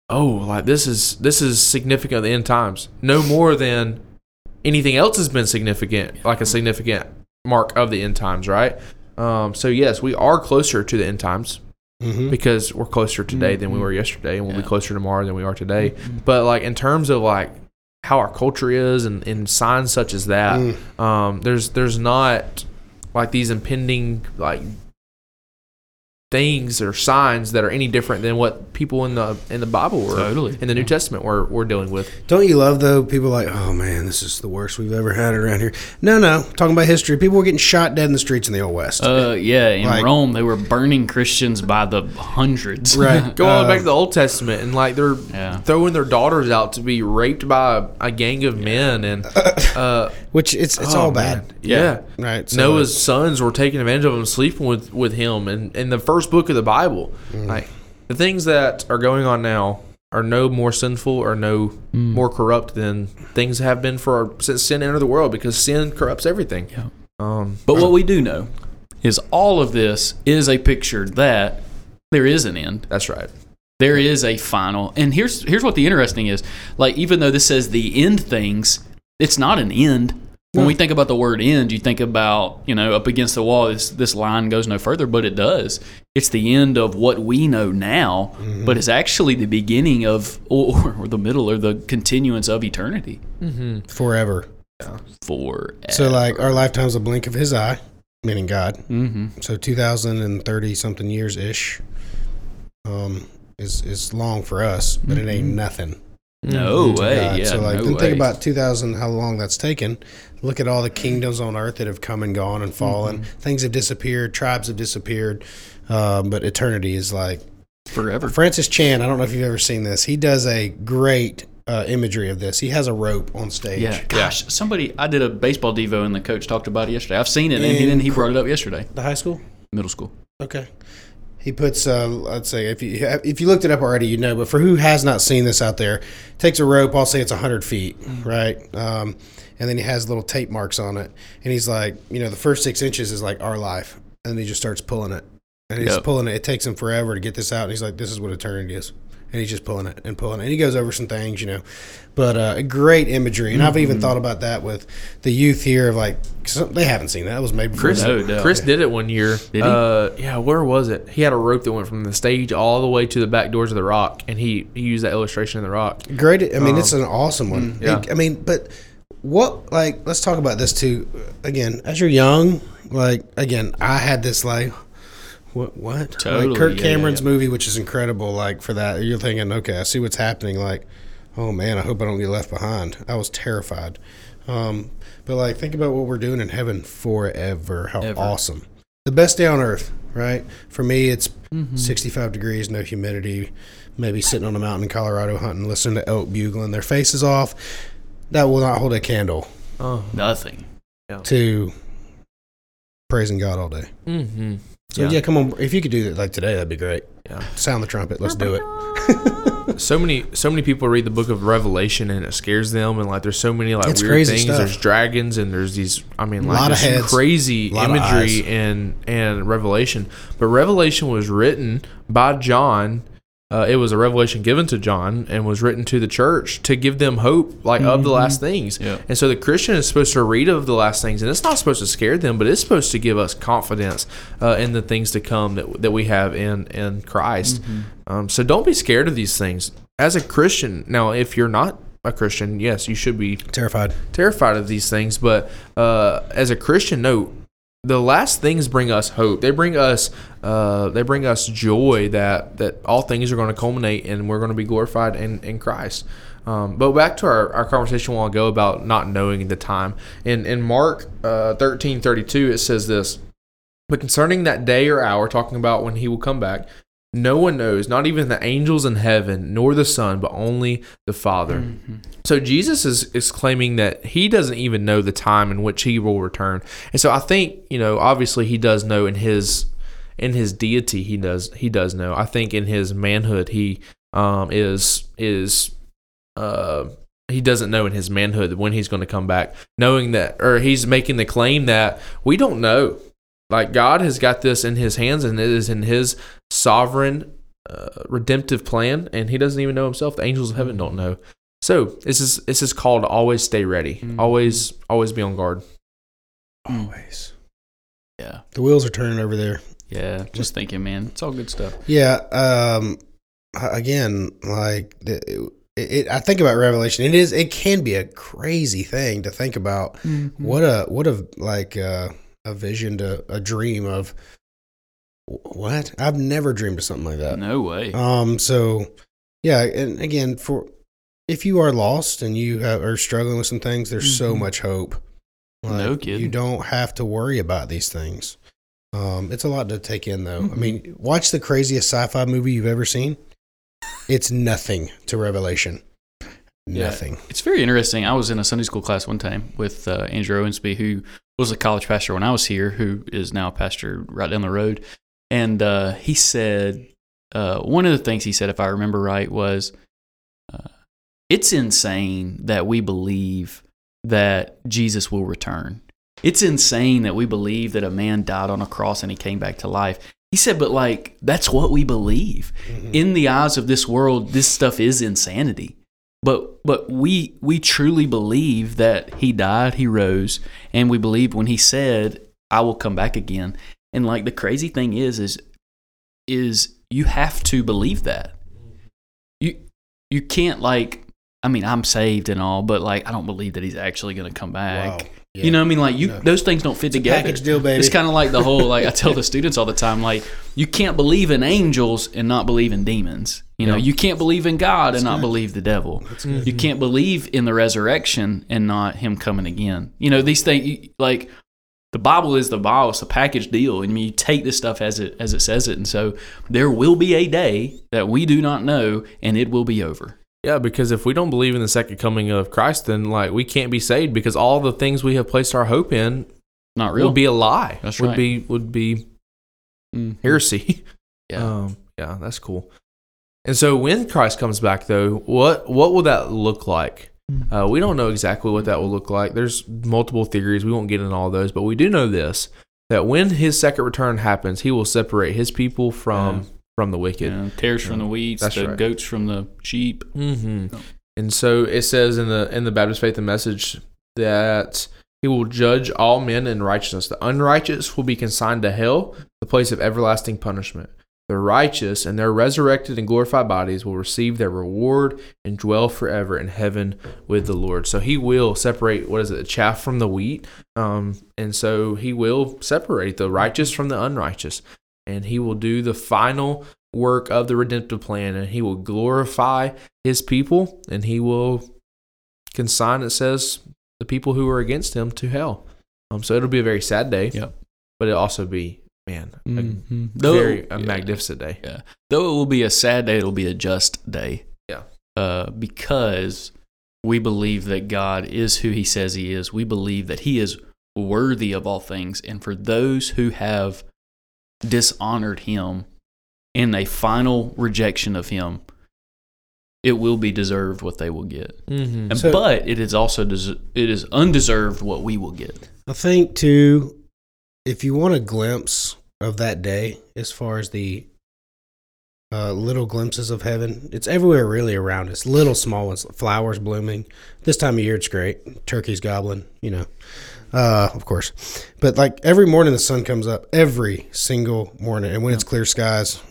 S2: oh like this is this is significant of the end times no more than anything else has been significant like a significant mark of the end times right um, so yes we are closer to the end times
S3: hmm
S2: because we're closer today than we were yesterday, and we'll
S1: Mm-hmm. Yeah. Mm-hmm.
S2: be closer tomorrow than we are today. But like in terms of like how our culture is and, and signs such as that,
S1: Mm.
S2: um, there's there's not like these impending like things or signs that are any different than what people in the in the Bible were
S1: Totally.
S2: in the New Testament were were dealing with.
S3: Don't you love though? People like, oh man, this is the worst we've ever had around here. No, no, talking about history. People were getting shot dead in the streets in the old west.
S2: Oh.
S1: Uh, yeah, in
S3: Like-
S1: Rome they were burning Christians by the hundreds.
S3: right.
S2: Go all the way back
S3: Uh,
S2: to the Old Testament and like they're
S1: Um, Yeah.
S2: throwing their daughters out to be raped by a, a gang of men and uh,
S3: which it's it's
S2: oh,
S3: all
S2: man.
S3: bad,
S1: Yeah.
S2: yeah.
S3: right?
S2: Noah's sons were taking advantage of him, sleeping with, with him, and in the first book of the Bible, like the things that are going on now are no more sinful or no more corrupt than things have been for since sin entered the world because sin corrupts everything.
S1: Yeah.
S2: Um,
S1: But what we do know is all of this is a picture that there is an end.
S2: that's right.
S1: there is a final and here's here's what the interesting is like even though this says the end things it's not an end When we think about the word end, you think about, you know, up against the wall, this, this line goes no further, but it does. It's the end of what we know now,
S3: Mm-hmm.
S1: but it's actually the beginning of, or, or the middle, or the continuance of eternity
S3: forever.
S1: for.
S3: So like our lifetime's a blink of his eye, meaning God.
S1: hmm
S3: So 2030 something years ish um, is is long for us, but it
S2: Mm-hmm.
S3: ain't nothing.
S1: No
S3: Mm-hmm. to
S1: way.
S3: God.
S1: Yeah,
S3: Uh, so like
S1: no
S3: then
S1: way.
S3: think about 2000 how long that's taken. Look at all the kingdoms on earth that have come and gone and fallen.
S1: Mm-hmm.
S3: Things have disappeared, tribes have disappeared. Um, but eternity is like
S1: forever.
S3: Francis Chan, I don't know if you've ever seen this. He does a great uh, imagery of this. He has a rope on stage.
S1: Yeah, gosh, somebody I did a baseball devo and the coach talked about it yesterday. I've seen it and he then he brought it up yesterday.
S3: The high school?
S1: Middle school.
S3: Okay. He puts, uh, let's say, if you if you looked it up already, you know. But for who has not seen this out there, takes a rope. I'll say it's hundred feet, right? Um, and then he has little tape marks on it, and he's like, you know, the first six inches is like our life, and he just starts pulling it, and he's
S1: Yep.
S3: pulling it. It takes him forever to get this out, and he's like, this is what eternity is, and he's just pulling it and pulling it, and he goes over some things, you know. But uh, great imagery, and I've even thought about that with the youth here of like, 'cause they haven't seen that. That was made before.
S2: Chris,
S3: them.
S1: No doubt.
S2: Chris did it one year.
S1: he?
S2: Uh, yeah, where was it? He had a rope that went from the stage all the way to the back doors of the Rock, and he, he used that illustration of the Rock.
S3: Great. I mean, it's
S1: Um,
S3: an awesome
S1: mm,
S3: one.
S2: yeah.
S3: I mean, but what, like, let's talk about this too. Again, as you're young, like, again, I had this, like, what, what?
S1: Totally,
S3: Like, Kirk
S1: yeah, yeah,
S3: Cameron's
S1: yeah.
S3: movie, which is incredible, like, for that, you're thinking, okay, I see what's happening. Like, oh man, I hope I don't get left behind. I was terrified. Um, but, like, think about what we're doing in heaven forever. How
S1: Ever.
S3: awesome. The best day on earth, right? For me, it's
S2: Mm-hmm.
S3: 65 degrees, no humidity, maybe sitting on a mountain in Colorado hunting, listening to elk bugling their faces off. That will not hold a candle
S2: Oh.
S1: Nothing.
S3: to praising God all day.
S2: Mm-hmm.
S3: So,
S2: Yeah.
S3: yeah, come on. If you could do that like today, that'd be great.
S2: Yeah.
S3: Sound the trumpet. Let's do it.
S2: So many, so many people read the Book of Revelation and it scares them, and like there's so many like
S3: It's
S2: weird
S3: crazy
S2: things.
S3: stuff.
S2: There's dragons and there's these. I mean, like
S3: Lot
S2: there's
S3: of
S2: some
S3: heads,
S2: crazy
S3: lot of
S2: imagery
S3: eyes.
S2: and and Revelation. But Revelation was written by John. Uh, it was a revelation given to John and was written to the church to give them hope, like of the last things.
S1: Yeah.
S2: And so the Christian is supposed to read of the last things, and it's not supposed to scare them, but it's supposed to give us confidence uh, in the things to come that, that we have in in Christ. Um, so don't be scared of these things. As a Christian, now if you're not a Christian, yes, you should be
S3: Terrified.
S2: terrified of these things, but uh, as a Christian, no. The last things bring us hope. They bring us, uh, they bring us joy that that all things are going to culminate and we're going to be glorified in in Christ. Um, but back to our, our conversation a while ago about not knowing the time. In in Mark uh, thirteen thirty two, it says this. But concerning that day or hour, talking about when he will come back, no one knows, not even the angels in heaven, nor the Son, but only the Father. So Jesus is, is claiming that he doesn't even know the time in which he will return. And so I think, you know, obviously he does know in his in his deity he does he does know. I think in his manhood he um is is uh he doesn't know in his manhood when he's going to come back, knowing that, or he's making the claim that we don't know. Like God has got this in His hands, and it is in His sovereign, uh, redemptive plan, and He doesn't even know Himself. The angels of heaven don't know. So this is this is called always stay ready, always always be on guard.
S3: Always.
S1: Yeah.
S3: The wheels are turning over there.
S1: Yeah. Just thinking, man. It's all good stuff.
S3: Yeah. Um, a- again, like the, it, it, I think about Revelation. It is. It can be a crazy thing to think about.
S1: Hmm.
S3: What a what a like uh, a vision to a dream of. wh- What I've never dreamed of something like that.
S1: No way.
S3: Um. So, yeah, and again, for if you are lost and you have, are struggling with some things, there's so
S1: Mhm.
S3: much hope.
S1: No kidding.
S3: You don't have to worry about these things. Um, it's a lot to take in, though. I
S1: Mhm.
S3: mean, watch the craziest sci-fi movie you've ever seen. It's nothing to Revelation.
S1: Yeah.
S3: Nothing.
S1: It's very interesting. I was in a Sunday school class one time with uh, Andrew Owensby, who was a college pastor when I was here, who is now a pastor right down the road. And uh, he said, uh, one of the things he said, if I remember right, was uh, it's insane that we believe that Jesus will return. It's insane that we believe that a man died on a cross and he came back to life. He said, but like,
S3: Mm-hmm.
S1: that's what we believe. In the eyes of this world, this stuff is insanity But but we we truly believe that he died, he rose, and we believe when he said, "I will come back again." And like the crazy thing is is is you have to believe that. You you can't like I mean, I'm saved and all, but like I don't believe that he's actually going to come back.
S3: Wow. Yeah.
S1: You know what I mean? Like you
S3: No.
S1: those things don't fit together.
S3: package deal, baby.
S1: It's kind of like the whole like I tell the students all the time like you can't believe in angels and not believe in demons. You know, you can't believe in God and not believe the devil. You can't believe in the resurrection and not him coming again. You know, these things you- like the Bible is the Bible. It's a package deal. I mean, you take this stuff as it as it says it, and so there will be a day that we do not know, and it will be over.
S2: Yeah, because if we don't believe in the second coming of Christ, then like we can't be saved because all the things we have placed our hope in
S1: Not real.
S2: would be a lie.
S1: That's
S2: would
S1: right.
S2: be would be
S1: Mm.
S2: heresy.
S1: Yeah.
S2: Um, yeah, that's cool. And so when Christ comes back though, what what will that look like? Uh, we don't know exactly what that will look like. There's multiple theories. We won't get into all those, but we do know this that when his second return happens, he will separate his people from
S1: Yeah.
S2: from the wicked.
S1: Yeah, tears from the weeds,
S2: That's
S1: the
S2: right.
S1: goats from the sheep.
S2: Mm-hmm.
S1: No.
S2: And so it says in the in the Baptist Faith and Message that he will judge all men in righteousness. The unrighteous will be consigned to hell, the place of everlasting punishment. The righteous and their resurrected and glorified bodies will receive their reward and dwell forever in heaven with the Lord. So he will separate what is it, the chaff from the wheat. Um, and so he will separate the righteous from the unrighteous, and he will do the final work of the redemptive plan, and he will glorify his people, and he will consign, it says, the people who are against him to hell. Um, so it'll be a very sad day.
S1: Yep. Mm.
S2: But it'll also be, man, a
S1: Though-
S2: very a
S1: yeah.
S2: magnificent day.
S1: Yeah. Though it will be a sad day, it'll be a just day.
S2: Yeah.
S1: Uh, because we believe that God is who he says he is. We believe that he is worthy of all things. And for those who have dishonored him in a final rejection of him, it will be deserved what they will get.
S2: Mm-hmm.
S1: And,
S3: So-
S1: but it is also des- it is undeserved what we will get.
S3: I think too, if you want a glimpse of that day, as far as the uh, little glimpses of heaven, it's everywhere really around us. Little small ones, flowers blooming. This time of year, it's great. Turkeys gobbling, you know, uh, of course. But like every morning, the sun comes up every single morning, and when it's clear skies,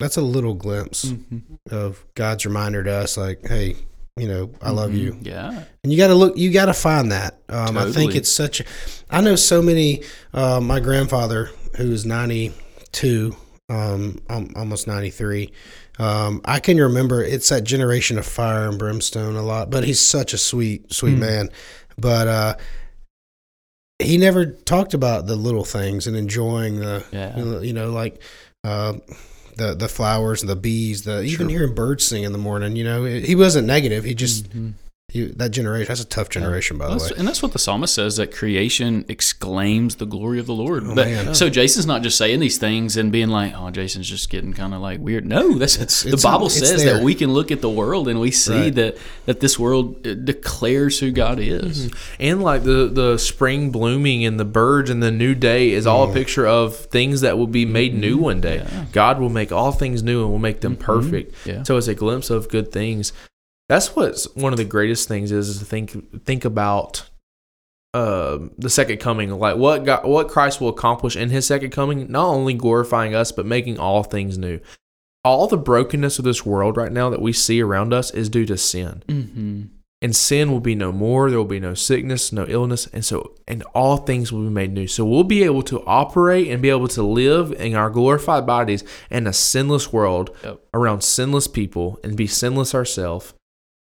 S3: that's a little glimpse
S1: Mm.
S3: of God's reminder to us, like, hey, you know, I
S1: Mm-hmm.
S3: love you.
S1: Yeah.
S3: And you got to look, you got to find that. Um, I think
S1: Totally.
S3: it's such. A, I know so many. Uh, my grandfather, who is ninety two, um, um, almost ninety three. Um, I can remember it's that generation of fire and brimstone a lot. But he's such a sweet, sweet
S1: Hmm.
S3: man. But uh, he never talked about the little things and enjoying the,
S1: Yeah.
S3: you know, like. Uh, the, the flowers, the bees, the even hearing birds sing in the morning. You know, he wasn't negative. He just
S1: Hmm.
S3: you, that generation, that's a tough generation, by the
S1: That's-
S3: way.
S1: And that's what the psalmist says that creation exclaims the glory of the Lord.
S3: Oh,
S1: but,
S3: man.
S1: So Jason's not just saying these things and being like, "Oh, Jason's just getting kind of like weird." No, that's
S3: It's-
S1: the
S3: it's-
S1: Bible
S3: it's
S1: says
S3: there.
S1: that we can look at the world and we see
S3: Right.
S1: that that this world uh, declares who God is.
S2: And like the the spring blooming and the birds and the new day is all a picture of things that will be made new
S1: Mm-hmm.
S2: one day. God will make all things new and will make them perfect.
S1: Yeah.
S2: So it's a glimpse of good things. That's what's one of the greatest things is, is to think think about um the second coming, like what God, what Christ will accomplish in His second coming, not only glorifying us but making all things new. All the brokenness of this world right now that we see around us is due to sin
S1: Mm-hmm.
S2: and sin will be no more there will be no sickness no illness and so and all things will be made new so we'll be able to operate and be able to live in our glorified bodies in a sinless world
S1: Yep.
S2: around sinless people and be sinless ourselves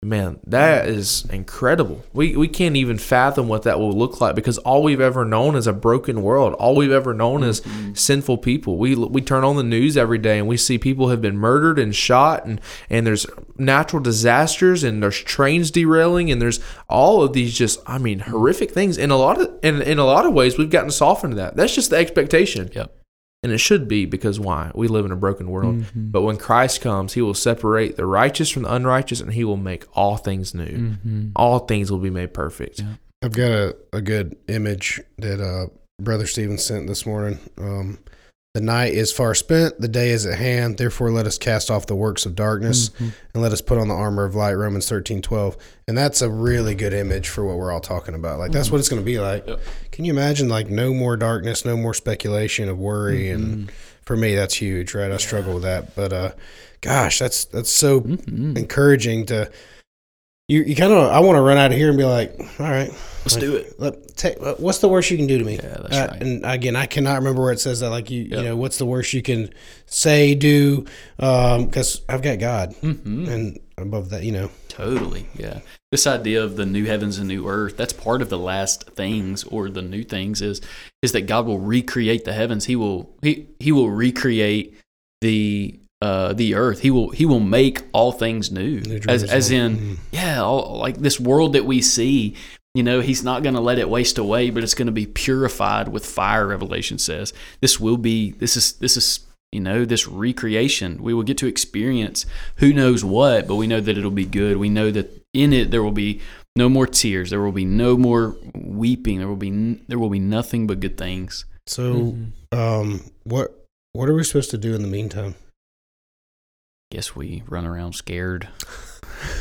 S2: man that is incredible we, we can't even fathom what that will look like because all we've ever known is a broken world all we've ever known is sinful people we we turn on the news every day and we see people have been murdered and shot and and there's natural disasters and there's trains derailing and there's all of these just i mean horrific things in a lot of in, in a lot of ways we've gotten softened to that that's just the expectation
S1: Yep.
S2: and it should be because why? We live in a broken world. But when Christ comes, he will separate the righteous from the unrighteous and he will make all things new.
S1: Mm-hmm.
S2: All things will be made perfect.
S1: Yeah.
S3: I've got a, a good image that uh, Brother Steven sent this morning. Um, The night is far spent, the day is at hand. Therefore, let us cast off the works of darkness
S1: Hmm. Mm-hmm.
S3: and let us put on the armor of light. Romans thirteen twelve, And that's a really good image for what we're all talking about. Like, that's what it's going to be like. Can you imagine, like, no more darkness, no more speculation of worry? And for me, that's huge, right? I struggle with that. But, uh, gosh, that's, that's so
S1: Mhm.
S3: encouraging to. You, you kind of I want to run out of here and be like, all right,
S1: Let's do it.
S3: let, take, what's the worst you can do to me?
S1: Yeah, that's
S3: Uh,
S1: right.
S3: And again, I cannot remember where it says that. Like you,
S1: Yeah.
S3: you know, what's the worst you can say, do? Because I've got God,
S1: hmm
S3: and above that, you know,
S1: Totally. Yeah. This idea of the new heavens and new earth, that's part of the last things or the new things is is that God will recreate the heavens. He will he, he will recreate the uh the earth. He will he will make all things new.
S3: New Mm-hmm.
S1: As as
S3: Jerusalem.
S1: in yeah, all, like this world that we see, you know, he's not going to let it waste away, but it's going to be purified with fire Revelation says. This will be this is this is you know, this recreation. We will get to experience who knows what, but we know that it'll be good. We know that in it there will be no more tears, there will be no more weeping, there will be n- there will be nothing but good things.
S3: so
S1: Hmm.
S3: um, what what are we supposed to do in the meantime?
S1: Guess we run around scared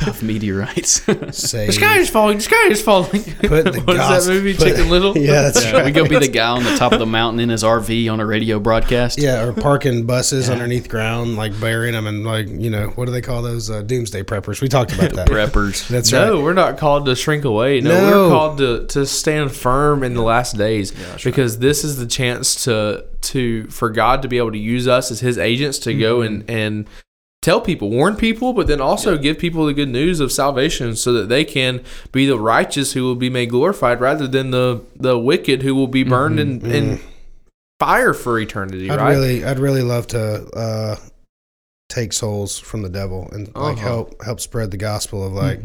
S1: of meteorites.
S3: Say
S2: The sky is falling. The sky is falling.
S3: Put the
S2: what is
S3: gos-
S2: that movie?
S3: put-
S2: Chicken Little.
S3: Yeah, that's
S1: Yeah,
S3: right.
S1: we go be the guy on the top of the mountain in his RV on a radio broadcast.
S3: yeah, or parking buses
S1: Yeah.
S3: underneath ground, like burying them, and like you know, what do they call those uh, doomsday preppers? We talked about that.
S1: Preppers.
S3: That's right.
S2: no, we're not called to shrink away. No,
S3: No.
S2: we're called to, to stand firm in the last days because this is the chance to to for God to be able to use us as His agents to go and
S3: Mm-hmm.
S2: and tell people, warn people, but then also give people the good news of salvation, so that they can be the righteous who will be made glorified, rather than the the wicked who will be burned in, in fire for eternity.
S3: Mm-hmm. I'd
S2: right?
S3: really, I'd really love to uh, take souls from the devil and like
S2: Uh-huh. Mm-hmm.
S3: help help spread the gospel of like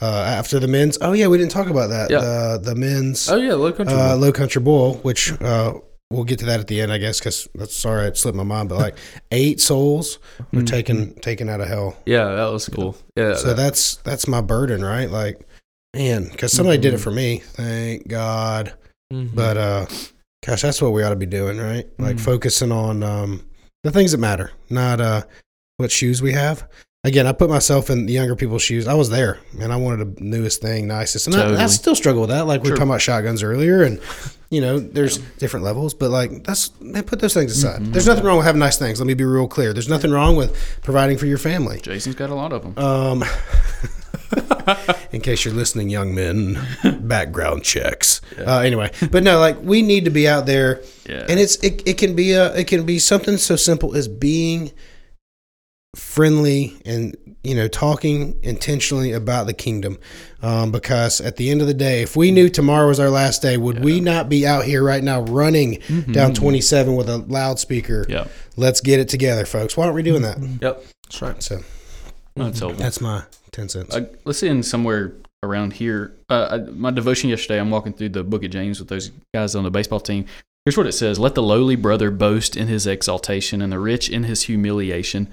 S3: uh, after the men's. Oh yeah, we didn't talk about that.
S2: Yeah.
S3: The the men's
S2: oh yeah, look.
S3: uh, low country bowl, which uh, we'll get to that at the end, I guess. Because that's sorry, it slipped my mind. But like eight souls
S2: Mm-hmm.
S3: were taken taken out of hell.
S2: yeah, that was cool. Yeah,
S3: So that's that's my burden, right? Like, man, because somebody did it for me. Thank God.
S2: Mhm.
S3: But uh, gosh, that's what we ought to be doing, right? Like
S2: Mhm.
S3: focusing on um, the things that matter, not uh, what shoes we have. Again, I put myself in the younger people's shoes. I was there, and I wanted the newest thing, nicest, and I- I,
S1: Totally.
S3: still struggle with that. Like we were
S1: Sure.
S3: talking about shotguns earlier, and you know, there's different levels, but like that's man, put those things aside. There's nothing wrong with having nice things. Let me be real clear. There's nothing wrong with providing for your family.
S1: Jason's got a lot of them.
S3: Um, in case you're listening, young men, background checks. Uh, anyway, but no, like we need to be out there,
S1: Yeah.
S3: and it's it, it can be a it can be something so simple as being friendly and you know talking intentionally about the kingdom um, because at the end of the day if we knew tomorrow was our last day would we not be out here right now running down 27 with a loudspeaker
S1: Mm-hmm. yeah.
S3: let's get it together folks why aren't we doing that
S2: Yep, that's right.
S3: so
S1: That's over.
S3: that's my 10 cents
S1: I, Uh, let's in somewhere around here. Uh, I, my devotion yesterday, I'm walking through the Book of James with those guys on the baseball team. Here's what it says: Let the lowly brother boast in his exaltation, and the rich in his humiliation,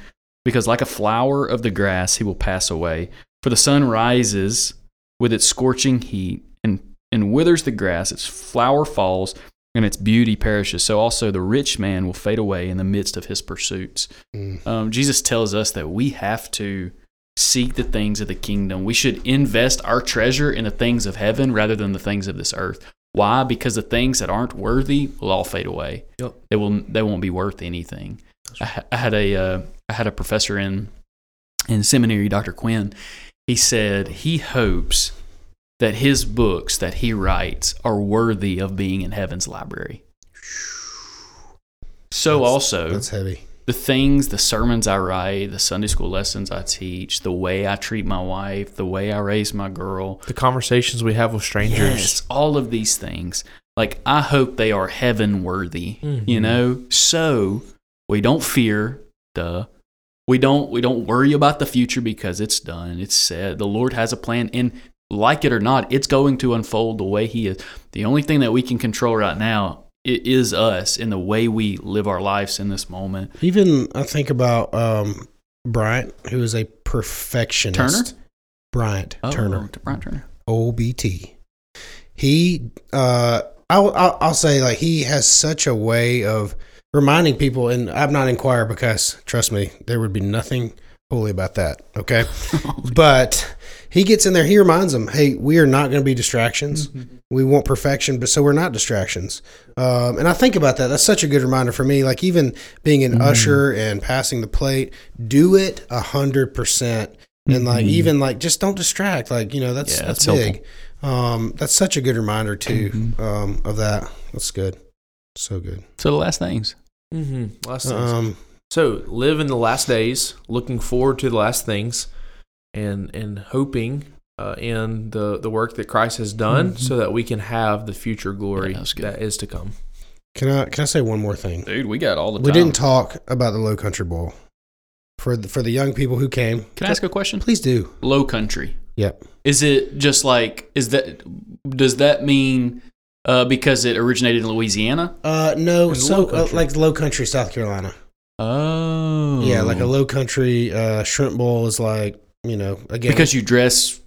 S1: because like a flower of the grass, he will pass away. For the sun rises with its scorching heat and and withers the grass; its flower falls, and its beauty perishes. So also the rich man will fade away in the midst of his pursuits
S3: Mm.
S1: um, Jesus tells us that we have to seek the things of the kingdom. We should invest our treasure in the things of heaven rather than the things of this earth. Why? Because the things that aren't worthy will all fade away.
S2: Yep.
S1: They will. They won't be worth anything. I, ha- I had a. Uh, I had a professor in in seminary, Dr. Quinn. He said he hopes that his books that he writes are worthy of being in heaven's library. So
S3: That's-
S1: also
S3: That's heavy.
S1: the things, the sermons I write, the Sunday school lessons I teach, the way I treat my wife, the way I raise my girl.
S2: The conversations we have with strangers.
S1: Yes, all of these things. Like I hope they are heaven worthy, you know? So we don't fear, duh. We don't we don't worry about the future because it's done. It's said. The Lord has a plan and like it or not, it's going to unfold the way he is. The only thing that we can control right now i- is us and the way we live our lives in this moment.
S3: Even I think about um, Bryant, who is a perfectionist. Turner? Bryant
S1: Oh,
S3: Turner,
S1: Brian Turner.
S3: OBT. He, uh, I'll, I'll, I'll say, like, he has such a way of reminding people, and I'm not inquire because trust me, there would be nothing holy about that. Okay, but he gets in there. He reminds them, "Hey, we are not going to be distractions.
S1: Mm-hmm.
S3: We want perfection, but so we're not distractions." Um, and I think about that. That's such a good reminder for me. Like even being
S1: Mm-hmm.
S3: an usher and passing the plate, do it a hundred percent. And like even like just don't distract. Like you know that's
S1: Mm-hmm. Yeah,
S3: that's,
S1: that's helpful.
S3: big. Um, that's such a good reminder too
S1: Mm-hmm.
S3: um, of that. That's good. So good.
S1: So the last things.
S2: Mm-hmm. Last things.
S3: Um,
S2: so live in the last days, looking forward to the last things, and and hoping uh, in the the work that Christ has done, so that we can have the future glory
S1: Yeah, that's good.
S2: that is to come.
S3: can I can I say one more thing?
S1: Dude, we got all the time.
S3: We didn't talk about the Low Country Bowl for the, for the young people who came.
S1: Can I ask a question?
S3: Please do.
S1: Low country.
S3: Yep.
S1: Is it just like is that does that mean uh, because it originated in Louisiana?
S3: Uh, no,
S2: There's
S3: so
S2: Low
S3: uh,
S2: Country.
S3: like Low Country, South Carolina.
S1: Oh.
S3: Yeah, like a Low Country uh, shrimp bowl is like you know again
S1: because you dress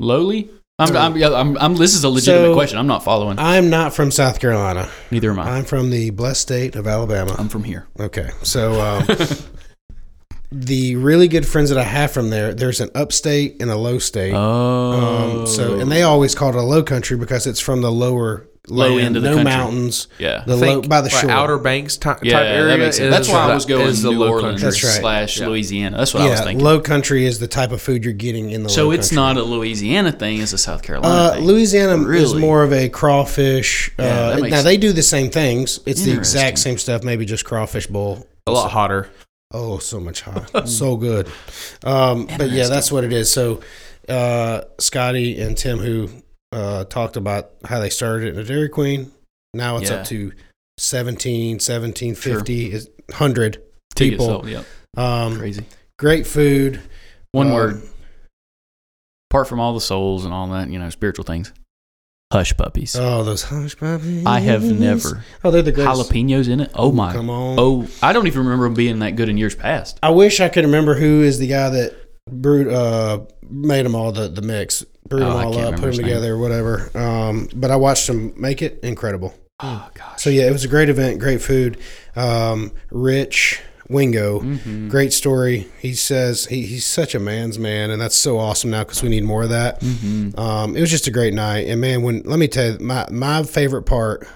S1: lowly. I'm, I'm, yeah, I'm, I'm, this is a legitimate
S3: So-
S1: question. I'm not following.
S3: I'm not from South Carolina.
S1: Neither am I.
S3: I'm from the blessed state of Alabama.
S1: I'm from here.
S3: Okay, so um, the really good friends that I have from there, there's an upstate and a low state.
S1: Oh.
S3: Um, so and they always call it a low country because it's from the lower
S1: Low
S3: land,
S1: end of the
S3: no
S1: country.
S3: mounns,
S1: yeah.
S3: the low, by the shore.
S2: Outer Banks ty- type
S1: yeah,
S2: area.
S1: that makes sense. That's
S2: is
S1: why I
S2: the-
S1: was going
S2: is
S1: the New
S2: low
S1: Orleans
S2: country.
S3: That's right.
S1: slash
S2: Yeah.
S1: Louisiana. That's what I was
S3: yeah,
S1: thinking.
S3: low country is the type of food you're getting in the.
S1: so
S3: low
S1: it's
S3: country.
S1: not a Louisiana thing; it's a South Carolina
S3: Uh,
S1: thing.
S3: Louisiana is
S1: Really?
S3: more of a crawfish.
S1: Yeah,
S3: uh,
S1: that
S3: now
S1: makes
S3: they do the same things. It's the
S1: Interesting.
S3: exact same stuff, maybe just crawfish bowl.
S2: A lot hotter.
S3: Oh, so much hot, so good. Um, but yeah, that's what it is. So uh, Scotty and Tim, who uh, talked about how they started it in a Dairy Queen, now it's
S1: Yeah.
S3: up to 17, 17, 50, is- 100
S1: Tickets,
S3: people.
S1: though, yep,
S3: Um,
S1: crazy.
S3: great food.
S1: One
S3: Um,
S1: word. Apart from all the souls and all that, you know, spiritual things. Hush puppies.
S3: Oh, those hush puppies.
S1: I have never
S3: Oh, they're the greatest.
S1: jalapenos in it. Oh my!
S3: Come on.
S1: Oh, I don't even remember them being that good in years past.
S3: I wish I could remember who is the guy that brewed, uh, made them all the, the mix, brewed
S1: Oh,
S3: them
S1: I
S3: all
S1: can't
S3: up,
S1: remember
S3: put them
S1: his name.
S3: together, whatever. Um, but I watched them make it incredible.
S1: Oh gosh.
S3: So yeah, it was a great event, great food, um, rich Wingo,
S1: Mm-hmm.
S3: great story. He says he, he's such a man's man, and that's so awesome now because we need more of that.
S1: Mm-hmm.
S3: Um, it was just a great night, and man, when let me tell you, my my favorite part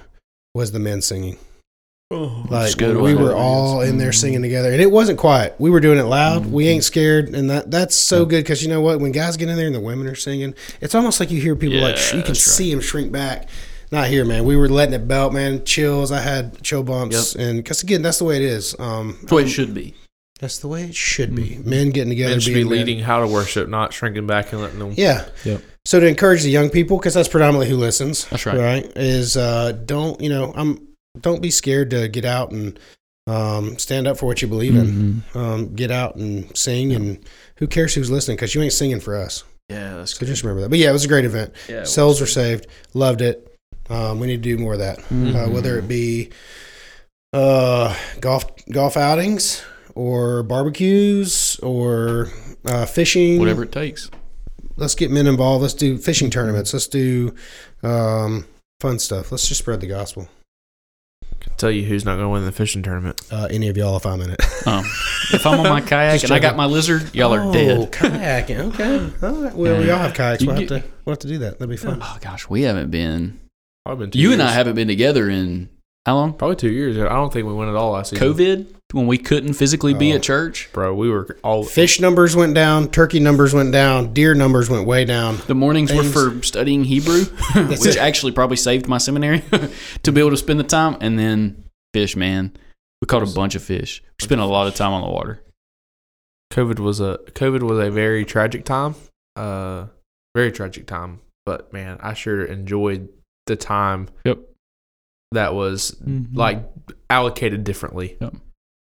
S3: was the men singing. like
S1: good,
S3: when we
S1: wasn't
S3: were
S1: it?
S3: all in
S1: Mm-hmm.
S3: there singing together, and it wasn't quiet. We were doing it loud. We ain't scared, and that that's so good because you know what? When guys get in there and the women are singing, it's almost like you hear people like sh-
S1: Yeah,
S3: you can
S1: that's right.
S3: see them shrink back. Not here, man. We were letting it belt, man. Chills. I had chill bumps, and because again, that's the way it is. Um,
S1: That's what it should be.
S3: that's the way it should be.
S1: Mm-hmm.
S3: Men getting together,
S2: Men should be
S3: being men.
S2: leading how to worship, not shrinking back and letting them.
S3: Yeah.
S1: Yep.
S3: So to encourage the young people, because that's predominantly who listens.
S1: That's right.
S3: Right. Is uh, don't you know? I'm don't be scared to get out and um, stand up for what you believe
S1: Mm-hmm.
S3: in. Um, get out and sing, and who cares who's listening? Because you ain't singing for us.
S1: Yeah, that's
S3: So just remember that. But yeah, it was a great event.
S1: Yeah, it
S3: Souls were saved. Loved it. Um, we need to do more of that. Uh,
S1: Mhm.
S3: whether it be uh, golf golf outings or barbecues or uh, fishing,
S1: whatever it takes.
S3: let's get men involved. Let's do fishing tournaments. Let's do um, fun stuff. Let's just spread the gospel.
S2: Tell you who's not going to win the fishing tournament.
S3: Uh, any of y'all, if I'm in it.
S1: Um, if I'm on my kayak
S3: Just
S1: and I got
S3: joking.
S1: my lizard, y'all are
S3: Oh,
S1: dead.
S3: Kayaking. Okay. All right. Well, we all have kayaks.
S1: You
S3: We'll have,
S1: get-
S3: to, we'll have to do that. That'd be fun.
S1: Oh gosh, we haven't been.
S2: Probably been two
S1: You and I
S2: years.
S1: haven't been together in how long?
S2: probably two years. I don't think we went at all last season.
S1: COVID, when we couldn't physically be
S3: Oh.
S1: at church.
S2: bro. We were
S1: Oh.
S2: all
S3: Fish numbers went down. Turkey numbers went down. Deer numbers went way down.
S1: The mornings
S3: Things-
S1: were for studying Hebrew, which
S3: it.
S1: actually probably saved my seminary to be able to spend the time. And then fish, man. We caught a bunch of fish. We spent a lot of time on the water.
S2: COVID was a COVID was a very tragic time, uh, very tragic time. But man, I sure enjoyed the time.
S1: Yep.
S2: That was like allocated differently.
S1: Yep.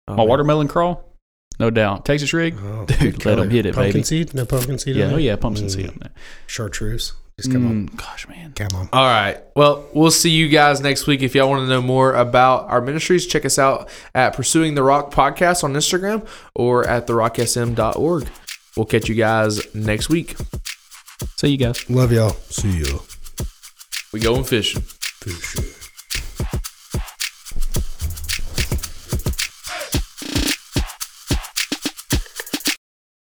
S2: Oh,
S1: my
S2: man.
S1: watermelon crawl, no doubt. Texas rig,
S3: Oh,
S1: Dude,
S3: good
S1: let
S3: color.
S1: 'em hit it,
S3: pumpkin
S1: baby.
S3: seed? No pumpkin seed.
S1: yeah, oh
S3: on there?
S1: yeah, pumps and
S3: Mm,
S1: seed on that.
S3: Chartreuse. Just come on.
S1: Mm, Gosh, man.
S3: Come on.
S2: All right. Well, we'll see you guys next week. If y'all want to know more about our ministries, check us out at Pursuing the Rock Podcast on Instagram or at therocksm.org. We'll catch you guys next week.
S1: See you guys.
S3: Love y'all. See ya.
S2: We going fishing.
S3: Fish.